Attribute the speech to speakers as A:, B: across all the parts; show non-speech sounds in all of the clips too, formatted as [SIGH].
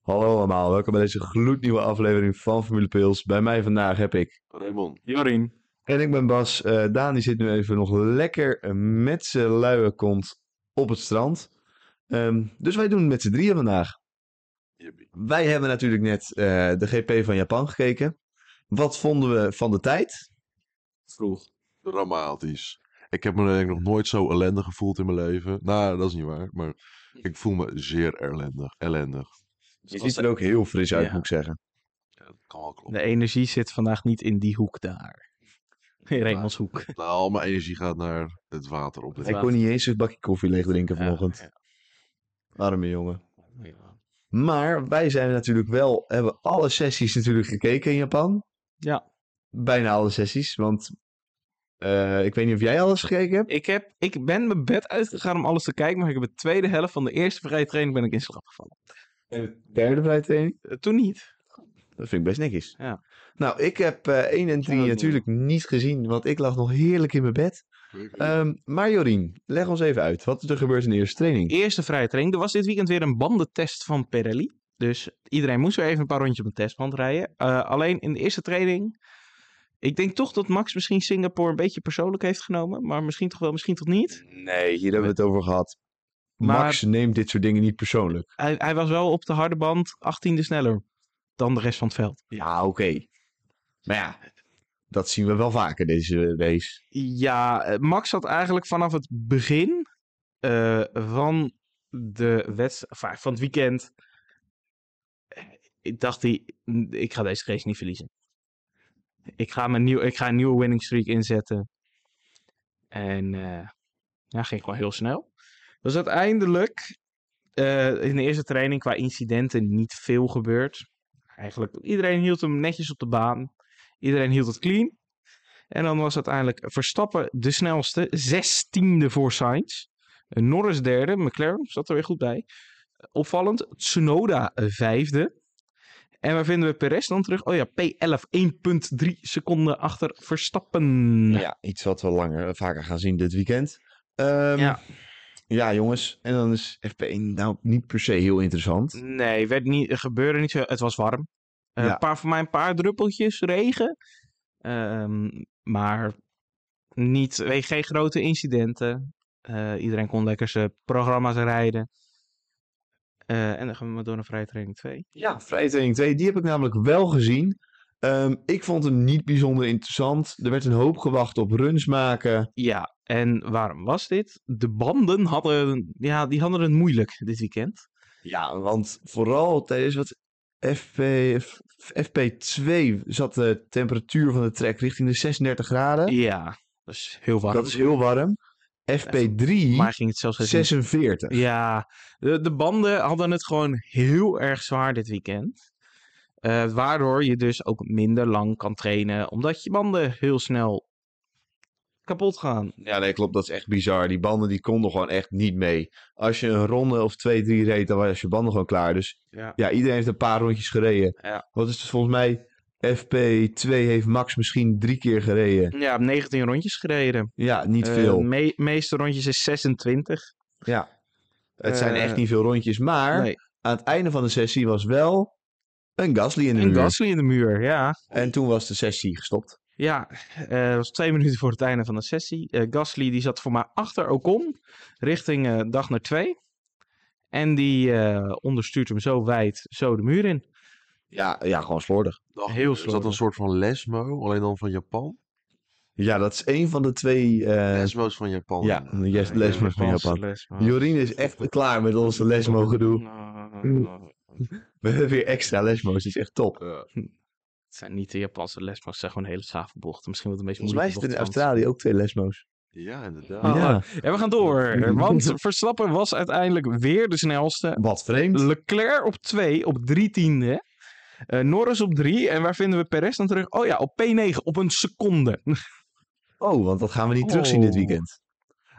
A: Hallo allemaal, welkom bij deze gloednieuwe aflevering van Formule Pils. Bij mij vandaag heb ik...
B: Raymond.
C: Jorien.
A: En ik ben Bas. Eh Daan die zit nu even nog lekker eh, met zijn luie kont op het strand. Ehm, dus wij doen het met z'n drieën vandaag.
B: Jippie.
A: Wij hebben natuurlijk net eh, de GP van Japan gekeken. Wat vonden we van de tijd?
C: Vroeg.
B: Dramatisch. Ik heb me denk ik nog nooit zo ellendig gevoeld in mijn leven. Nou, dat is niet waar. Maar ik voel me zeer ellendig. ellendig.
C: Dus
A: Je ziet er ook heel fris uit,
C: Ja.
A: moet ik zeggen.
B: Ja, dat kan wel kloppen.
C: De energie zit vandaag niet in die hoek daar. In Raymond's hoek.
B: Nou, al mijn energie gaat naar het water op.
A: Hij
B: de
C: Water.
A: kon niet eens een bakje koffie leeg drinken vanochtend.
C: Ja,
A: Arme jongen.
C: ja, ja.
A: Maar wij zijn natuurlijk wel, hebben alle sessies natuurlijk gekeken in Japan.
C: Ja.
A: Bijna alle sessies, want eh, ik weet niet of jij alles gekeken hebt.
C: Ik, heb, ik ben mijn bed uitgegaan om alles te kijken, maar ik heb de tweede helft van de eerste vrije training ben ik in slaap gevallen.
A: Derde vrije training.
C: Eh, toen niet.
A: Dat vind ik best netjes.
C: Ja.
A: Nou, ik heb eh 1 en 3
C: Ja, dat
A: natuurlijk niet gezien, want ik lag nog heerlijk in mijn bed. Ehm, maar Jorien, leg ons even uit. Wat is er gebeurd in de eerste training?
C: Eerste vrije training. Er was dit weekend weer een bandentest van Pirelli. Dus iedereen moest weer even een paar rondjes op een testband rijden. Eh, alleen in de eerste training. Ik denk toch dat Max misschien Singapore een beetje persoonlijk heeft genomen. Maar misschien toch wel, misschien toch niet.
A: Nee, hier hebben we het over gehad.
C: Maar-
A: Max neemt dit soort dingen niet persoonlijk.
C: Hij, hij was wel op de harde band 18e sneller dan de rest van het veld.
A: Ja, oké. Maar ja, dat zien we wel vaker deze race.
C: Ja, eh, Max had eigenlijk vanaf het begin eh, van, de wedst- enfin, van het weekend. eh, Ik dacht hij, "N- ik ga deze race niet verliezen. Ik ga, mijn nieuw, ik ga een nieuwe winning streak inzetten. En eh, ja, ging gewoon heel snel. Dus uiteindelijk eh, in de eerste training qua incidenten niet veel gebeurd. Eigenlijk iedereen hield hem netjes op de baan. Iedereen hield het clean. En dan was uiteindelijk Verstappen de snelste. Zestiende voor Sainz. Eh, Norris derde. McLaren zat er weer goed bij. Opvallend. Tsunoda eh, vijfde. En waar vinden we Perez dan terug? Oh ja, P11. 1,3 seconden achter Verstappen.
A: Ja, iets wat we langer, eh, vaker gaan zien dit weekend. Ehm, ja.
C: Ja.
A: jongens. En dan is FP1 nou niet per se heel interessant.
C: Nee, werd niet, er gebeurde niet zo. Het was warm. Eh,
A: Ja.
C: een paar, voor mij een paar druppeltjes regen. Ehm, maar niet, weet, geen grote incidenten. Eh, iedereen kon lekker zijn programma's rijden. Eh, en dan gaan we maar door naar vrije training 2.
A: Ja, vrijtraining 2, die heb ik namelijk wel gezien. Ehm, ik vond hem niet bijzonder interessant. Er werd een hoop gewacht op runs maken.
C: Ja, en waarom was dit? De banden hadden, ja, die hadden het moeilijk dit weekend.
A: Ja, want vooral tijdens wat FP, F- FP2 zat de temperatuur van de trek richting de 36 graden.
C: Ja, dat is heel warm.
A: Dat is heel warm. FP3
C: Maar ging het zelfs geen
A: 46.
C: Ja, de, de banden hadden het gewoon heel erg zwaar dit weekend. Eh, waardoor je dus ook minder lang kan trainen, omdat je banden heel snel kapot gaan.
A: Ja, nee, klopt. Dat is echt bizar. Die banden die konden gewoon echt niet mee. Als je een ronde of twee, drie reed, dan was je banden gewoon klaar. Dus
C: Ja.
A: ja, iedereen heeft een paar rondjes gereden.
C: Ja.
A: Wat is het volgens mij? FP2 heeft Max misschien drie keer gereden.
C: Ja, 19 rondjes gereden.
A: Ja, niet
C: Eh,
A: veel.
C: me- meeste rondjes is 26.
A: het zijn
C: eh,
A: echt niet veel rondjes. Maar
C: nee,
A: aan het einde van de sessie was wel een Gasly in de
C: een
A: muur.
C: Gasly in de muur, ja.
A: En toen was de sessie gestopt.
C: Ja, eh was twee [LAUGHS] minuten voor het einde van de sessie. Eh, Gasly die zat voor mij achter Ocon, richting eh, dag naar twee. En die eh, onderstuurt hem zo wijd, zo de muur in.
A: Ja, ja gewoon slordig.
B: Dag,
C: heel
B: Is dat
C: slordig.
B: een soort van lesmo? Alleen dan van Japan?
A: Ja, dat is een van de twee... eh
B: Lesmo's van Japan.
A: ja, yes,
B: Ja,
A: lesmo's van
C: Japanse
A: Japan.
C: lesma.
A: Jorien is echt klaar met onze lesmo-gedoe. Mm.
C: Nou,
A: We hebben weer extra lesmo's, dat is echt top.
B: Ja.
C: Het zijn niet de Japanse lesmo's, het zijn gewoon hele gave bochten. Misschien wat een beetje
A: Volgens mij
C: moeilijke
A: zitten in
C: bochten,
A: Australië ook twee lesmo's.
B: Ja, inderdaad.
C: Ah.
A: ja.
C: want- En we gaan
A: Mm.
C: door, Eh, want Verstappen was uiteindelijk weer de snelste.
A: Wat vreemd.
C: Leclerc op 2, op 3 tiende. Eh, Norris op 3. En waar vinden we Perez dan terug? Oh ja, op P9, op een seconde.
A: Oh, want dat gaan we niet terugzien dit
C: Oh.
A: weekend.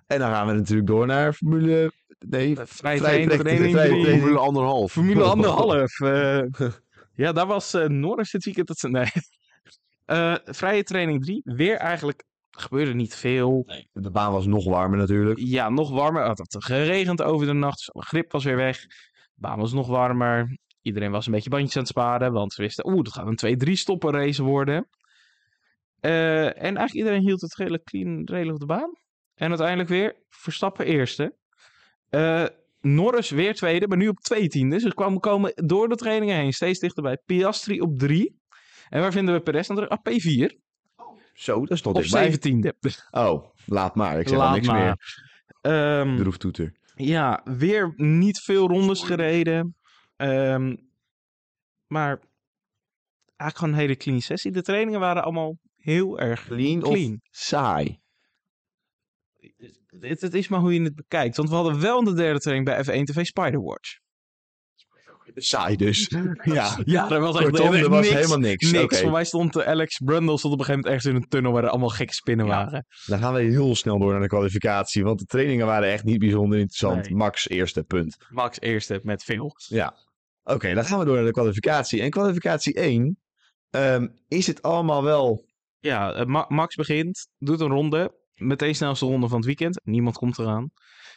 A: En dan gaan we natuurlijk door naar Formule... Nee,
C: Vrij
A: Vrij
C: training,
A: training,
C: training,
A: vrij
C: drie.
A: training.
B: Formule
A: [LAUGHS]
B: anderhalf.
C: Formule anderhalf. eh. ja, daar was eh, Norris dit weekend. Dat ze, nee. [LAUGHS] Eh, vrije training 3. Weer eigenlijk gebeurde niet veel.
A: de baan was nog warmer natuurlijk.
C: Oh, Ja, nog warmer. Het had geregend over de nacht. Dus alle grip was weer weg. De baan was nog warmer. Iedereen was een beetje bandjes aan het sparen, want ze wisten, oeh, dat gaat een 2-3 stoppen race worden. Eh, en eigenlijk iedereen hield het redelijk clean, redelijk op de baan. En uiteindelijk weer Verstappen eerste. Eh, Norris weer tweede, maar nu op twee tiende. Ze kwamen komen door de trainingen heen steeds dichterbij. Piastri op drie. En waar vinden we Perez dan terug? Ah, P4.
A: Zo, dat is toch
C: Op
A: dichtbij.
C: zeventiende.
A: Oh, laat maar. Ik zeg al niks meer.
C: Ehm,
A: De roeftoeter.
C: ja, weer niet veel rondes gereden. Ehm, maar eigenlijk gewoon een hele clean sessie. De trainingen waren allemaal heel erg
A: Clean,
C: clean.
A: saai?
C: Het, het is maar hoe je het bekijkt. Want we hadden wel in de derde training bij F1 TV Spider-Watch.
A: Saai dus. ja.
C: [LAUGHS] Ja, er was echt,
A: Kortom,
C: echt
A: er was
C: niks.
A: helemaal niks.
C: Niks.
A: Oké.
C: Voor mij stond eh, Alex Brundle stond op een gegeven moment ergens in een tunnel waar er allemaal gekke spinnen
A: Ja.
C: waren.
A: Dan gaan we heel snel door naar de kwalificatie. Want de trainingen waren echt niet bijzonder interessant.
C: Nee.
A: Max eerste punt.
C: Max eerste met veel.
A: Oké, dan gaan we door naar de kwalificatie. En kwalificatie 1 ehm, is het allemaal wel... nou,
C: Ja, eh, Ma- Max begint, doet een ronde. Meteen snelste ronde van het weekend. Niemand komt eraan.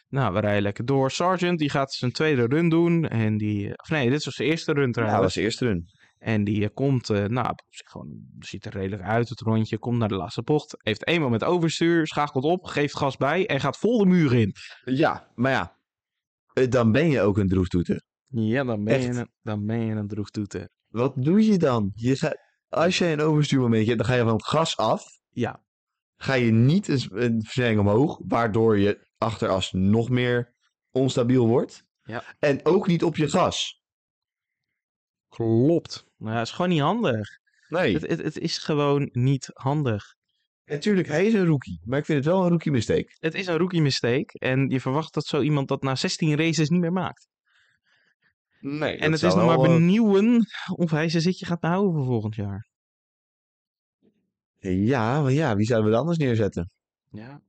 C: Nou, we rijden lekker door. Sargent die gaat zijn tweede run doen. En die, eh, of nee, dit was zijn eerste run
A: Ja,
C: trouwens.
A: was de eerste run.
C: En die eh, komt, eh, nou, op zich gewoon, ziet er redelijk uit het rondje. Komt naar de laatste bocht. Heeft één moment overstuur. Schakelt op. Geeft gas bij. En gaat vol de muur in.
A: Ja, maar ja. eh, Dan ben je ook een droeftoeter.
C: Ja, dan ben,
A: Echt.
C: je, een- dan ben je een droeftoeter.
A: Wat doe je dan? Je gaat, als jij een overstuurmomentje hebt, dan ga je van het gas af.
C: Ja.
A: Ga je niet een, s- een versnelling omhoog, waardoor je achteras nog meer onstabiel wordt.
C: Ja.
A: En ook niet op je gas.
C: Klopt. Nou, het is gewoon niet handig.
A: Nee.
C: Het, het, het is gewoon niet handig.
A: Natuurlijk, hij is een rookie. Maar ik vind het wel een rookie mistake.
C: Het is een rookie mistake. En je verwacht dat zo iemand dat na 16 races niet meer maakt.
A: Nee.
C: en het is nog maar benieuwen of hij zijn zitje gaat behouden voor volgend jaar.
A: Ja, maar ja, wie zouden we dan anders neerzetten?
C: Ja.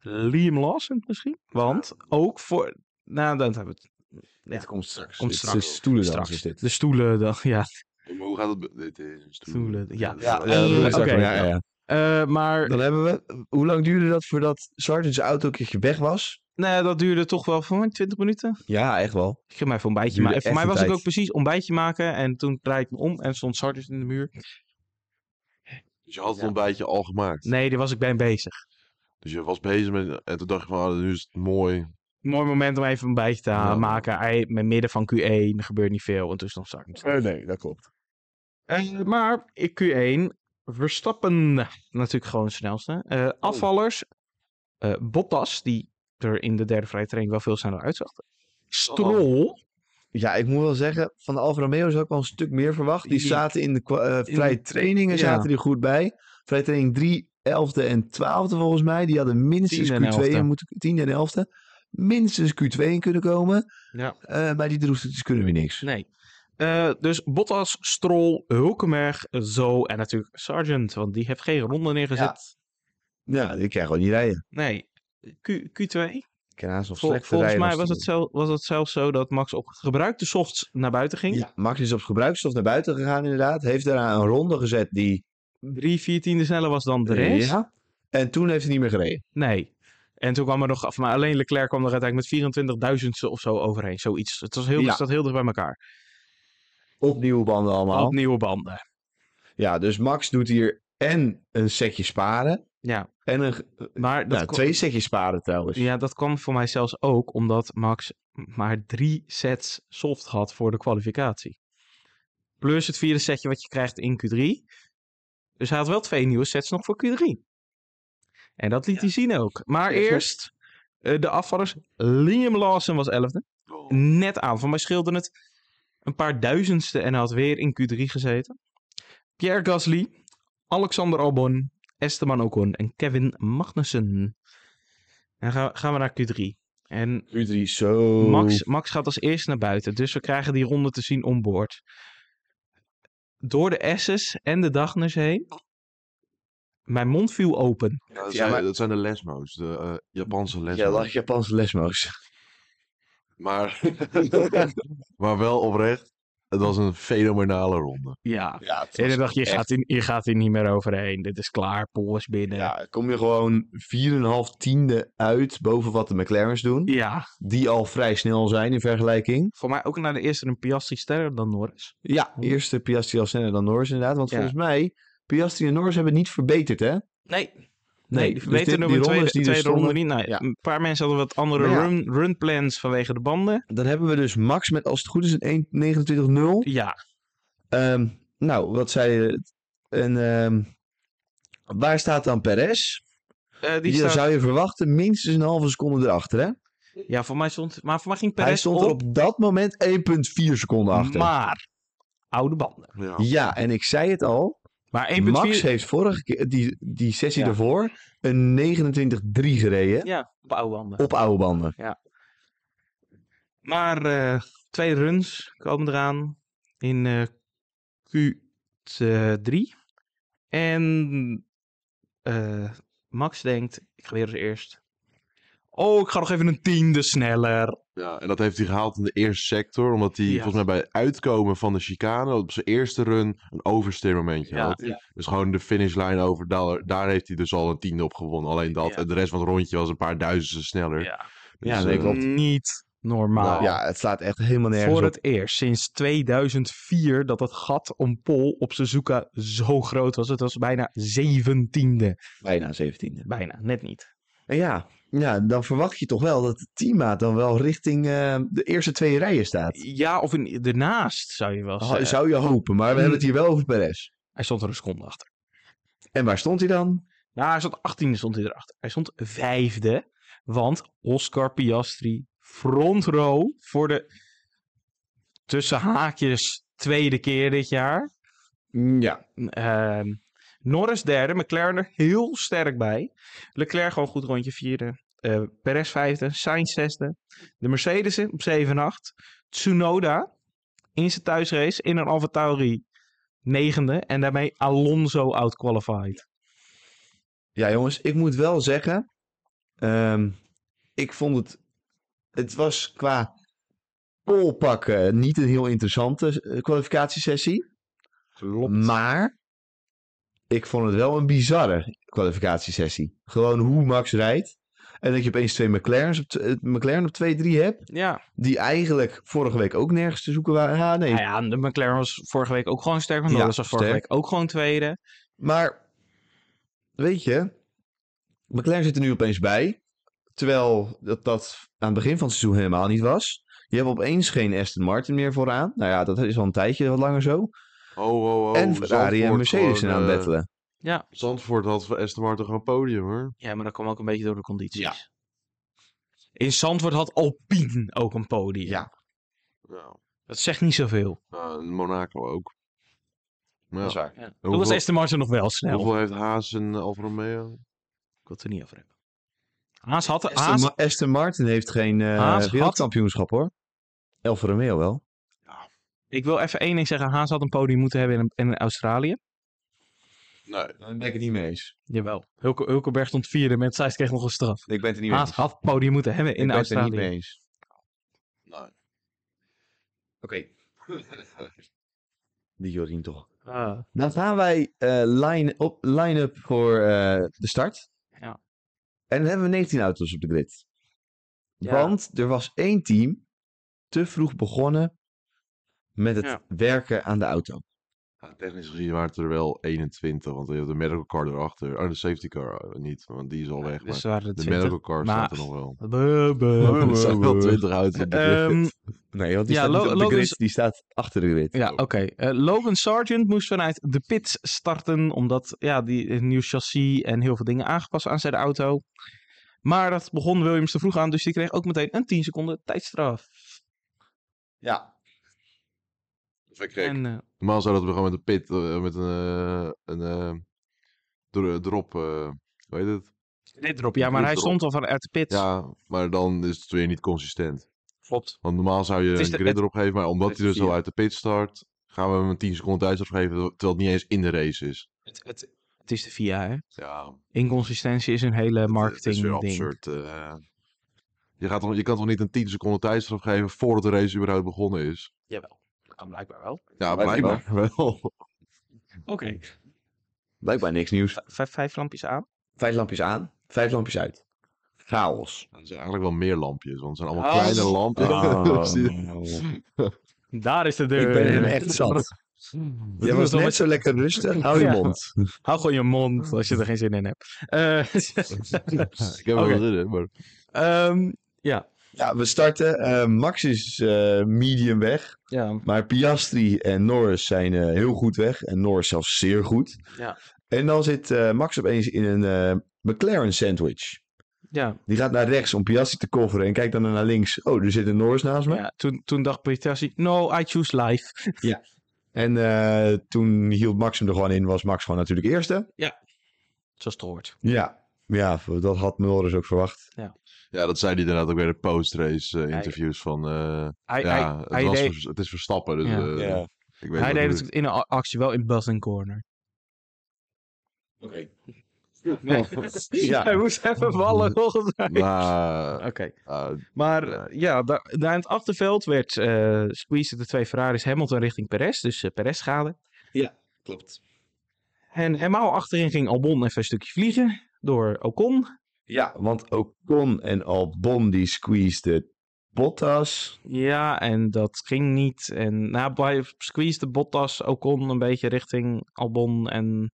C: Liam Lawson misschien? Want ook voor... Nou, dat hebben we het
A: Dit komt straks. Dus-
C: Komt
A: Dit is
C: straks.
A: De stoelen
C: straks.
A: Is dit.
C: De stoelen, dan, ja.
B: [LAUGHS] Maar hoe gaat het? be- Dit is
C: Stoelen, ja.
A: Ja,
C: Eh,
A: dat doen we
C: oké.
A: straks wel, ja, ja, ja.
C: Eh, maar
A: Dan hebben we... Hoe lang duurde dat voordat Sargent zijn auto een keertje weg was?
C: nee, dat duurde toch wel voor 20 minuten.
A: Ja, echt wel.
C: Ik ging mij voor ontbijtje
A: Duurde
C: maken. Voor
A: echt
C: mij
A: een
C: was ik
A: tijd.
C: ook precies ontbijtje maken. En toen draaide ik me om en stond Sargent in de muur.
B: Dus je had het ontbijtje al gemaakt.
C: Nee, daar was ik bij bezig.
B: Dus je was bezig met... En toen dacht je van, ah, nu is het mooi.
C: Mooi moment om even een bijtje te halen,
B: Ja.
C: maken. Hij, met midden van Q1 er gebeurt niet veel. En toen stond Sargent.
A: nee, dat klopt.
C: Eh, maar in Q1, Verstappen natuurlijk gewoon het snelste. Eh,
A: Oh.
C: afvallers, eh, Bottas, die er in de derde vrije training wel veel sneller uitzag.
A: Oh,
C: Stroll,
A: Ja, ik moet wel zeggen, van de Alfa Romeo's had ik wel een stuk meer verwacht. Die
C: Ja.
A: zaten in de kwa- eh,
C: In-
A: vrije trainingen
C: ja.
A: zaten die goed bij. Vrije training 3, 11e en 12e volgens mij. Die hadden minstens
C: 10e en
A: Q2
C: 11e.
A: en moeten 10e en 11e. Minstens Q2 in kunnen komen.
C: Ja.
A: Eh, maar die droeftoeters kunnen weer niks.
C: nee. Eh, dus Bottas, Stroll, Hulkenberg, Zo en natuurlijk Sargent, want die heeft geen ronde neergezet.
A: Ja, die krijgen gewoon niet rijden.
C: Nee, Q, Q2,
A: Ik kan haast nog
C: Vol-
A: slechter
C: volgens
A: rijden
C: mij
A: dan
C: was het,
A: Stoel.
C: zelf, was het zelfs zo dat Max op gebruikte softs naar buiten ging.
A: Ja, Max is op gebruiksstof naar buiten gegaan inderdaad. Heeft daarna een ronde gezet die...
C: Drie, vier tiende sneller was dan de rest.
A: Ja. En toen heeft hij niet meer gereden.
C: Nee. En toen kwam er nog, of maar alleen Leclerc kwam er uiteindelijk met 24.000ste of zo overheen. Zoiets. Het was heel,
A: Ja.
C: het zat heel dicht bij elkaar.
A: Opnieuw banden allemaal.
C: Op nieuwe banden.
A: Ja, dus Max doet hier en een setje sparen.
C: Ja,
A: En een,
C: maar dat,
A: nou,
C: kwam-
A: twee dus. setjes sparen trouwens.
C: ja, dat kwam voor mij zelfs ook omdat Max maar drie sets soft had voor de kwalificatie. Plus het vierde setje wat je krijgt in Q3. Dus hij had wel twee nieuwe sets nog voor Q3. En dat liet hij zien ook. Maar
A: Ja, klopt.
C: eerst eh, de afvallers. Liam Lawson was elfde. net aan. Van mij scheelde het een paar duizendste en hij had weer in Q3 gezeten. Pierre Gasly, Alexander Albon, Esteban Ocon en Kevin Magnussen. En gaan, gaan we naar Q3. En
A: U3 zo...
C: Max, Max gaat als eerste naar buiten, dus we krijgen die ronde te zien onboord. Door de S's en de Dagners heen. Mijn mond viel open.
B: Ja, dat,
A: Ja,
B: zijn,
A: maar-
B: dat zijn de lesmo's. De eh, Japanse lesmo's.
A: Ja, lag
C: [LAUGHS]
A: Japanse lesmo's.
B: [LAUGHS] Maar, maar wel oprecht. Het was een fenomenale ronde.
C: Ja.
A: Ja, het
C: En
A: was
C: dan dacht je, je
A: echt-
C: gaat, in, je gaat hier niet meer overheen. Dit is klaar, Paul is binnen. Ja.
A: Ja, kom je gewoon 4,5 tiende uit boven wat de McLaren's doen. Die al vrij snel zijn in vergelijking.
C: Voor mij ook naar de eerste een Piastri sterker dan Norris.
A: Ja, eerste Piastri al sneller dan Norris inderdaad. Want
C: Ja.
A: volgens mij, Piastri en Norris hebben niet verbeterd, hè?
C: Nee. Nee,
A: Nee,
C: die
A: dus
C: verbeterde
A: dit-
C: nog
A: die
C: een tweede,
A: rondes die er
C: tweede ronde
A: stonden- Ja.
C: niet. Nee, Een paar mensen hadden wat andere
A: Maar ja.
C: run, runplans vanwege de banden.
A: Dan hebben we dus Max met, als het goed is, een 1.29.0.
C: Ja,
A: Ehm, nou, wat zei je? En, ehm, waar staat dan Perez?
C: eh, die
A: Die
C: staat-
A: zou je verwachten minstens een halve seconde erachter, hè?
C: ja, voor mij stond... Maar voor mij ging
A: Hij
C: Perez
A: stond er op dat moment 1,4 seconden achter.
C: maar oude banden.
B: Ja.
A: Ja, en ik zei het al.
C: Maar 1.4...
A: Max heeft vorige keer, die, die sessie
C: Ja.
A: daarvoor, een 29-3 gereden
C: Ja, op oude banden.
A: op oude banden.
C: Maar eh, twee runs komen eraan in eh, Q3. En eh, Max denkt, ik ga weer als eerst. Oh, ik ga nog even een tiende sneller.
B: Ja, en dat heeft hij gehaald in de eerste sector, omdat hij
C: Ja.
B: volgens mij bij het uitkomen van de chicane op zijn eerste run een oversteermomentje had. Dus gewoon de finishlijn over, daar, daar heeft hij dus al een tiende op gewonnen. Alleen dat,
C: Ja.
B: en de rest van het rondje was een paar duizenden sneller.
C: ja.
B: Dus,
A: Ja,
B: eh,
A: nee, klopt. Nou,
C: Niet normaal.
A: Ja, het slaat echt helemaal nergens
C: Voor
A: op.
C: het eerst sinds 2004 dat het gat om Pol op Suzuka zo groot was. Het was bijna zeventiende.
A: Bijna 17e.
C: Bijna, net niet.
A: En ja, ja, dan verwacht je toch wel dat de teammaat dan wel richting eh, de eerste twee rijen staat.
C: Ja, of in, ernaast zou je wel
A: Ha-
C: zeggen.
A: Zou je hopen, maar we
C: mm.
A: hebben het hier wel over Perez.
C: Hij stond er een seconde achter.
A: En waar stond hij dan?
C: Nou, hij stond 18e stond hij erachter. Hij stond vijfde. Want Oscar Piastri front row voor de tussen haakjes tweede keer dit jaar.
A: Ja.
C: Ehm, Norris derde, McLaren er heel sterk bij. Leclerc gewoon goed rondje vierde. Eh Perez vijfde, Sainz zesde. De Mercedes op 7 en 8. Tsunoda in zijn thuisrace in een Alfa Tauri negende. En daarmee Alonso outqualified.
A: Ja, jongens, ik moet wel zeggen, ehm, ik vond het, het was qua polpakken niet een heel interessante eh, kwalificatiesessie.
C: Klopt.
A: Maar ik vond het wel een bizarre kwalificatiesessie. Gewoon hoe Max rijdt. En dat je opeens twee McLaren's op, t- eh, McLaren op 2-3 hebt.
C: Ja.
A: Die eigenlijk vorige week ook nergens te zoeken waren. Ah, nee.
C: Nou ja, de McLaren was vorige week ook gewoon sterk. Want
A: Ja,
C: Norris was vorige
A: sterk.
C: week ook gewoon tweede.
A: Maar weet je, McLaren zit er nu opeens bij. Terwijl dat, dat aan het begin van het seizoen helemaal niet was. Je hebt opeens geen Aston Martin meer vooraan. Nou ja, dat is al een tijdje wat langer zo.
B: oh, oh, oh,
A: en Ferrari en
B: Zandvoort
A: Mercedes zijn
B: gewoon,
A: aan het
B: eh,
A: bettelen.
B: Zandvoort had voor Aston Martin gewoon podium, hoor.
C: Ja, maar dat kwam ook een beetje door de condities.
A: Ja.
C: In Zandvoort had Alpine ook een podium.
A: Ja.
B: Ja,
C: Dat zegt niet zoveel.
B: nou, en Monaco ook. Maar ja,
A: waar.
C: Toen was
B: hoeveel-
C: Aston Martin nog wel snel.
B: Hoeveel heeft Haas en eh, Alfa Romeo?
C: Ik wil het er niet over hebben. Haas had...
A: Aston,
C: Haas,
A: Ma- Aston Martin heeft geen eh,
C: Haas had-
A: wereldkampioenschap hoor. Alfa Romeo wel.
C: ik wil even één ding zeggen. Haas had een podium moeten hebben in, in Australië.
B: Nee.
A: Daar Nou, ben ik het niet mee eens.
C: Jawel. Hulke, Hulkenberg stond vierde. Met Sainz kreeg nog een straf.
A: Ik ben het er niet
C: Haas had podium moeten hebben in Australië.
A: eens.
B: nee.
A: Oké. [LAUGHS] Die Jorien toch.
C: Ah.
A: Dan gaan wij eh, line- op- line-up voor eh, de start.
C: Ja.
A: En dan hebben we 19 auto's op de grid.
C: Ja.
A: Want er was één team te vroeg begonnen met het
C: Ja.
A: werken aan de auto.
B: Ja, technisch gezien waren het er wel 21, want je hebt de medical car erachter. Oh, de safety car eh, niet, want die is al weg.
C: Dus
B: maar
C: er waren er
B: de
C: 20.
B: medical car
C: maar- Oh,
B: staat er nog
C: [LAUGHS]
B: wel.
A: [LAUGHS]
C: Buh, buh,
B: [LAUGHS] Er
C: buh,
B: zijn wel
C: buh.
B: 20 uit. op de grid.
C: Ehm,
A: Nee, want die
C: Ja,
A: staat niet
C: Lo-
A: op de
C: Logan
A: grid,
C: is-
A: die staat achter de grid.
C: Ja, oké. Eh, Logan Sargent moest vanuit de pits starten, omdat ja, die een nieuw chassis en heel veel dingen aangepast aan zijn auto. Maar dat begon Williams te vroeg aan, dus die kreeg ook meteen een 10 seconden tijdstraf.
A: Ja,
B: Perfect gek.
C: En, eh,
B: Normaal zou dat we gewoon met een pit, eh, met een, eh, een eh, dro- drop, eh, hoe heet het?
C: dit erop. Ja, maar hij stond al vanuit de pits.
B: Ja, maar dan is het weer niet consistent.
C: klopt.
B: Want normaal zou je
C: Het is
B: een
C: de-
B: grid
C: het-
B: erop geven, maar omdat
C: het
B: hij
C: is
B: dus al
C: vier.
B: uit de pit start, gaan we hem een 10 seconden tijdstraf geven, terwijl het niet eens in de race is.
C: Het, het, het is de VIA, hè?
B: Ja,
C: Inconsistentie is een hele
B: Het is weer
C: marketing ding.
B: absurd. eh. je, gaat toch, je kan toch niet een 10 seconden tijdstraf geven voordat de race überhaupt begonnen is?
C: Jawel. Nou, blijkbaar wel.
B: Ja,
A: Blijkbaar.
B: blijkbaar [LAUGHS] wel.
C: Oké.
A: Blijkbaar niks nieuws.
C: Vijf, vijf lampjes aan.
A: Vijf lampjes aan, vijf lampjes uit. Chaos.
B: Het zijn eigenlijk wel meer lampjes, want het zijn allemaal
C: Oh.
B: kleine lampjes. [LAUGHS]
C: [LAUGHS] Daar is de deur.
A: Ik ben hem echt [LAUGHS] zat.
C: We
A: Jij was
C: doen het wel
A: net
C: met-
A: zo lekker rustig. Hou je
C: Ja.
A: mond.
C: Hou gewoon je mond als je er geen zin in hebt. Eh,
B: Ik heb
C: Oké.
B: wel zin in, maar
C: [LAUGHS] ehm, ja.
A: Ja, we starten. Eh, Max is eh, medium weg.
C: ja.
A: Maar Piastri en Norris zijn eh, heel goed weg. En Norris zelfs zeer goed.
C: Ja.
A: En dan zit eh, Max opeens in een eh, McLaren sandwich.
C: Ja,
A: Die gaat naar rechts om Piastri te coveren. En kijkt dan naar links. Oh, er zit een Norris naast me.
C: ja, toen, toen dacht Britassi, no, I choose life.
A: En eh, toen hield Max hem er gewoon in. Was Max gewoon natuurlijk eerste.
C: Zoals het hoort.
A: Ja. Ja, dat had Norris ook verwacht.
B: ja, dat zei hij inderdaad ook weer de post-race eh, interviews van... eh,
C: Hij, hij,
B: ja, het,
C: hij
B: was
C: deed-
B: vers- het is Verstappen, dus
C: Ja.
B: eh,
A: Ja.
B: ik weet
C: hij deed
B: het
C: het in een a- actie wel in Buzzing Corner.
A: Oké.
C: Ja. [LAUGHS] Hij
B: [LAUGHS]
C: moest even vallen volgens mij. Oké,
B: Nou, ah,
C: maar eh, ja, daar, daar in het achterveld werd eh squeeze de twee Ferraris Hamilton richting Perez, dus eh, Perez schade.
A: Klopt.
C: En helemaal achterin ging Albon even een stukje vliegen door Ocon.
A: Ja, want Ocon en Albon die squeezeden Bottas.
C: Ja, en dat ging niet. En na bij squeeze de Bottas Ocon een beetje richting Albon en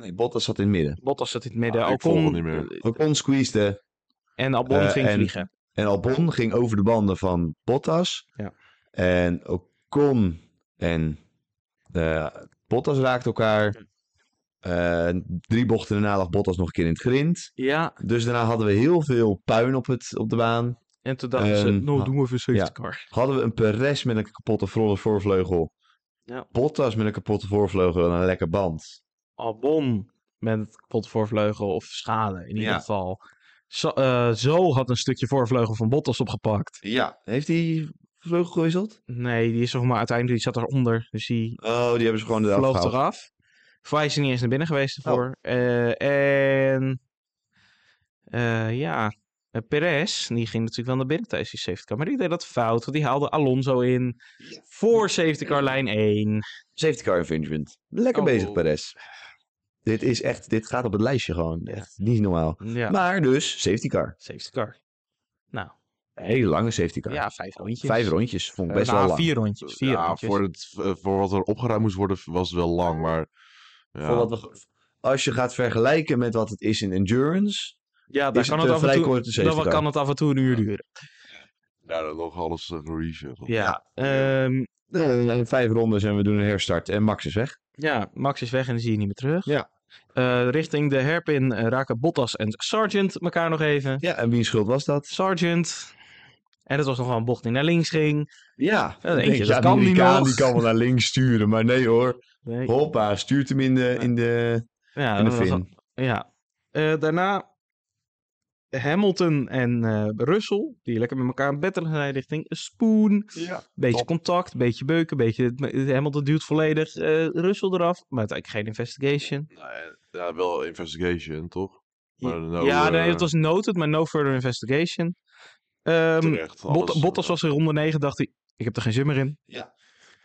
A: Nee, Bottas zat in het midden.
C: Bottas zat in het midden.
B: Ah, ik volg
C: Ocon
B: hem niet meer.
A: Ocon squeezede
C: en Albon
A: Eh,
C: ging
A: en-
C: vliegen.
A: en Albon ging over de banden van Bottas.
C: Ja.
A: En Ocon en eh, Bottas raakten elkaar. Eh, drie bochten daarna lag Bottas nog een keer in het grind.
C: Ja,
A: Dus daarna hadden we heel veel puin op, het, op de baan.
C: en toen dachten ze,
A: Ehm,
C: nou
A: ah,
C: doen we even safety
A: ja.
C: car.
A: Hadden we een Perez met een kapotte voor- voorvleugel.
C: Ja.
A: Bottas met een kapotte voorvleugel en een lekker band.
C: Albon met het kapot voorvleugel of schade in ieder
A: Ja.
C: geval. Zo, eh, Zo had een stukje voorvleugel van Bottas opgepakt.
A: Ja. Heeft hij vleugel gewisseld?
C: Nee, die is er maar uiteindelijk, die zat eronder. Dus die
A: Oh, die hebben ze gewoon eraf
C: vloog
A: gehaald.
C: eraf. Vai is er niet eens naar binnen geweest
A: Oh.
C: ervoor. Eh, en eh, ja, eh, Perez, die ging natuurlijk wel naar binnen tijdens die safety car. Maar die deed dat fout, want die haalde Alonso in voor safety car lijn 1.
A: Safety car infringement. Lekker
C: Oh.
A: bezig, Perez. Dit is echt, dit gaat op het lijstje gewoon.
C: Ja.
A: Echt niet normaal.
C: Ja,
A: Maar dus, safety car.
C: safety car. Nou,
A: Een hele lange safety car.
C: ja, vijf rondjes.
A: Vijf rondjes, vond ik best
C: Eh,
A: wel
C: nou,
A: lang.
C: vier rondjes. Vier
B: ja,
C: rondjes.
B: voor, het, eh, voor wat er opgeruimd moest worden was het wel lang, maar... Ja.
A: Voor wat we, als je gaat vergelijken met wat het is in endurance,
C: Ja, daar
A: is
C: kan
A: het eh,
C: het,
A: een
C: af en
A: vrij
C: toe,
A: korte safety
C: dan
A: car.
C: kan het af en toe een uur duren.
B: Ja, dat nog alles uh, gereset.
C: Ja. Ehm,
A: Eh, vijf rondes en we doen een herstart en Max is weg.
C: ja, Max is weg en dan zie je niet meer terug.
A: Ja.
C: Eh, richting de herpin eh, raken Bottas en Sargent elkaar nog even.
A: Ja, en wiens schuld was dat?
C: Sargent. En dat was nog wel een bocht die naar links ging.
A: Ja,
C: dan
A: ik
C: denk je, dat
A: de
C: kan niet
A: Amerikaan,
C: nog.
A: die kan wel naar links sturen, maar nee hoor.
C: Nee.
A: Hoppa, stuurt hem in de, in de,
C: Ja,
A: in de
C: dat was-
A: fin.
C: ja. Eh, daarna Hamilton en eh, Russell. Die lekker met elkaar bettelen zijn richting Spoon.
B: Ja.
C: Beetje
B: Top.
C: contact, beetje beuken, beetje... Hamilton duwt volledig eh, Russell eraf. Maar uiteindelijk geen investigation.
B: Nee, Nou ja, wel investigation, toch? Maar no,
C: ja,
B: eh,
C: nee, het was noted, maar no further investigation. Ehm,
B: terecht,
C: Bot-
B: alles,
C: Bottas
B: eh,
C: was in ronde 9, dacht hij, ik heb er geen zin meer in.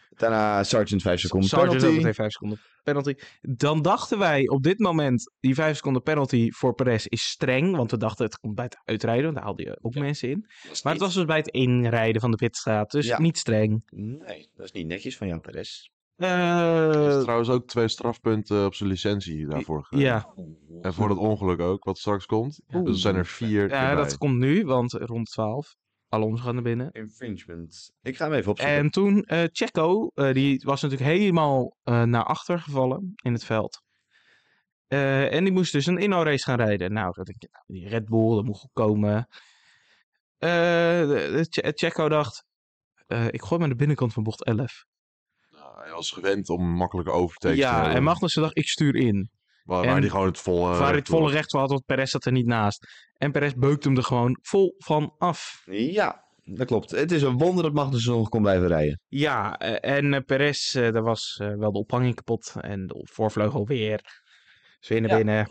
A: Daarna Sergeant vijf seconden
C: Sargent ook
A: penalty.
C: meteen 5 seconden penalty. Dan dachten wij op dit moment, die 5 seconden penalty voor Perez is streng. Want we dachten, het komt bij het uitrijden, want daar haalde je ook mensen in. Maar het was dus bij het inrijden van de pitstraat, dus
A: Ja.
C: niet streng.
A: Nee, dat is niet netjes van Jan Perez.
B: Er
C: Eh,
B: is trouwens ook twee strafpunten op zijn licentie daarvoor gegeven.
C: ja,
B: En voor dat ongeluk ook, wat straks komt. Dus er zijn er vier.
C: ja,
B: erbij.
C: dat komt nu, want rond 12, Alonso gaat naar binnen.
A: Infringement. Ik ga hem even opzoeken.
C: En toen, eh Checo, eh, die was natuurlijk helemaal eh, naar achter gevallen in het veld. Eh, en die moest dus een inno-race gaan rijden. Nou, dat denk ik, nou, die Red Bull, dat moet goed komen. Eh, de- de Che- Checo dacht, eh, ik gooi maar de binnenkant van bocht 11.
B: Nou, hij was gewend om een makkelijke overtake te
C: ja,
B: hebben.
C: en Magnussen dacht, ik stuur in.
B: Waar,
C: en-
B: waar die gewoon het volle...
C: Waar hij het volle recht wel had, want Perez zat er niet naast. En Perez beukt hem er gewoon vol van af.
A: Ja, dat klopt. Het is een wonder dat Magnussen nog kon blijven rijden.
C: Ja, eh, en eh, Perez, eh, daar was eh, wel de ophanging kapot. En de voorvleugel weer. Ze weer naar
A: Ja.
C: binnen.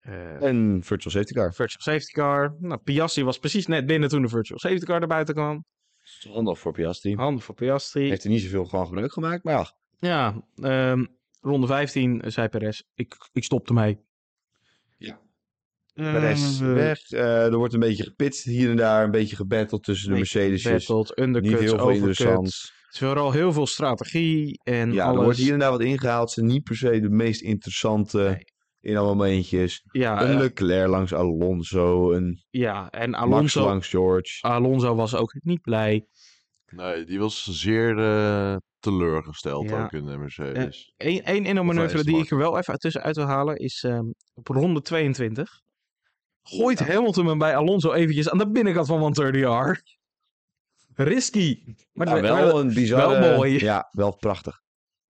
C: Eh,
A: Een virtual safety car.
C: virtual safety car. Nou, Piastri was precies net binnen toen de virtual safety car naar buiten kwam.
A: Handig voor Piastri.
C: Handen voor Piastri.
A: Heeft er niet zoveel van gebruik gemaakt, maar ja.
C: Ja, ehm, ronde 15 zei Perez, ik, Eh, ik stopte mee.
A: Ja.
C: Perez
A: Perez is weg. Eh, er wordt een beetje gepitst hier en daar. Een beetje gebatteld tussen de Mercedesjes.
C: Battled,
A: Niet
C: undercuts,
A: heel veel
C: overcuts.
A: interessant.
C: Het is vooral heel veel strategie en
A: Ja,
C: alles.
A: er wordt hier en daar wat ingehaald. Ze zijn niet per se de meest interessante
C: Nee.
A: in alle momentjes.
C: ja, eh,
A: een Leclerc langs Alonso. Een
C: ja, en
A: Max
C: Alonso, Ah,
A: langs George.
C: Alonso was ook niet blij.
B: Nee, die was zeer eh, teleurgesteld
C: Ja.
B: ook in de Mercedes.
C: Eén één
B: Of hij
C: manoeuvre
B: is
C: die
B: Mark.
C: ik er wel even tussenuit wil halen is ehm, op ronde 22. Gooit Hamilton hem bij Alonso eventjes aan de binnenkant van 130R. Risky. Maar
A: Ja,
C: het- maar-
A: wel een bizarre...
C: wel mooi. [LAUGHS]
A: Ja, wel prachtig.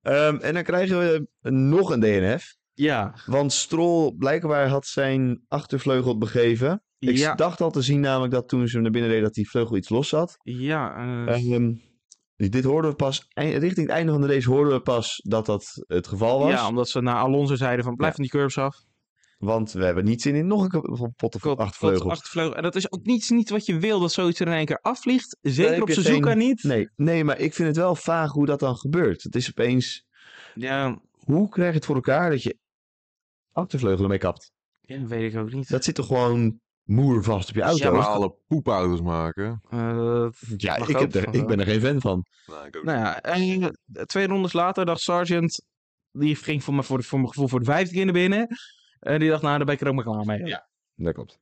A: Ehm, en dan krijgen we nog een DNF.
C: ja,
A: Want Stroll blijkbaar had zijn achtervleugel begeven. Ik
C: ja,
A: dacht al te zien namelijk dat toen ze hem naar binnen deden dat die vleugel iets los zat.
C: ja eh,
A: Ehm, dit hoorden we pas, eind- richting het einde van de race hoorden we pas dat dat het geval was.
C: Ja, omdat ze naar Alonso zeiden van blijf van die curbs af.
A: Want we hebben niet zin in nog een kap- potte
C: Kot- kot-
A: achtervleugel.
C: achtervleugel. En dat is ook niets niet wat je wil dat zoiets er in één keer afvliegt. Zeker
A: heb
C: op
A: je
C: Suzuka
A: geen-
C: niet.
A: Nee, nee, maar ik vind het wel vaag hoe dat dan gebeurt. Het is opeens,
C: Ja,
A: hoe krijg je het voor elkaar dat je achtervleugelen mee kapt?
C: ja, weet ik ook niet.
A: Dat zit toch gewoon moervast op je auto?
B: Ja, maar alle poepauto's maken.
C: Eh,
A: Ja,
C: Mag
A: ik,
C: ook eh,
A: heb er,
C: van
A: ik
C: wel.
A: ben er geen fan van.
B: Nou, ik ook
C: nou ja, en twee rondes later dacht Sargent, die ging voor, me, voor, voor mijn gevoel voor de vijfde keer naar binnen. En die dacht, nou, daar ben ik er ook maar klaar mee.
A: Ja. Dat klopt.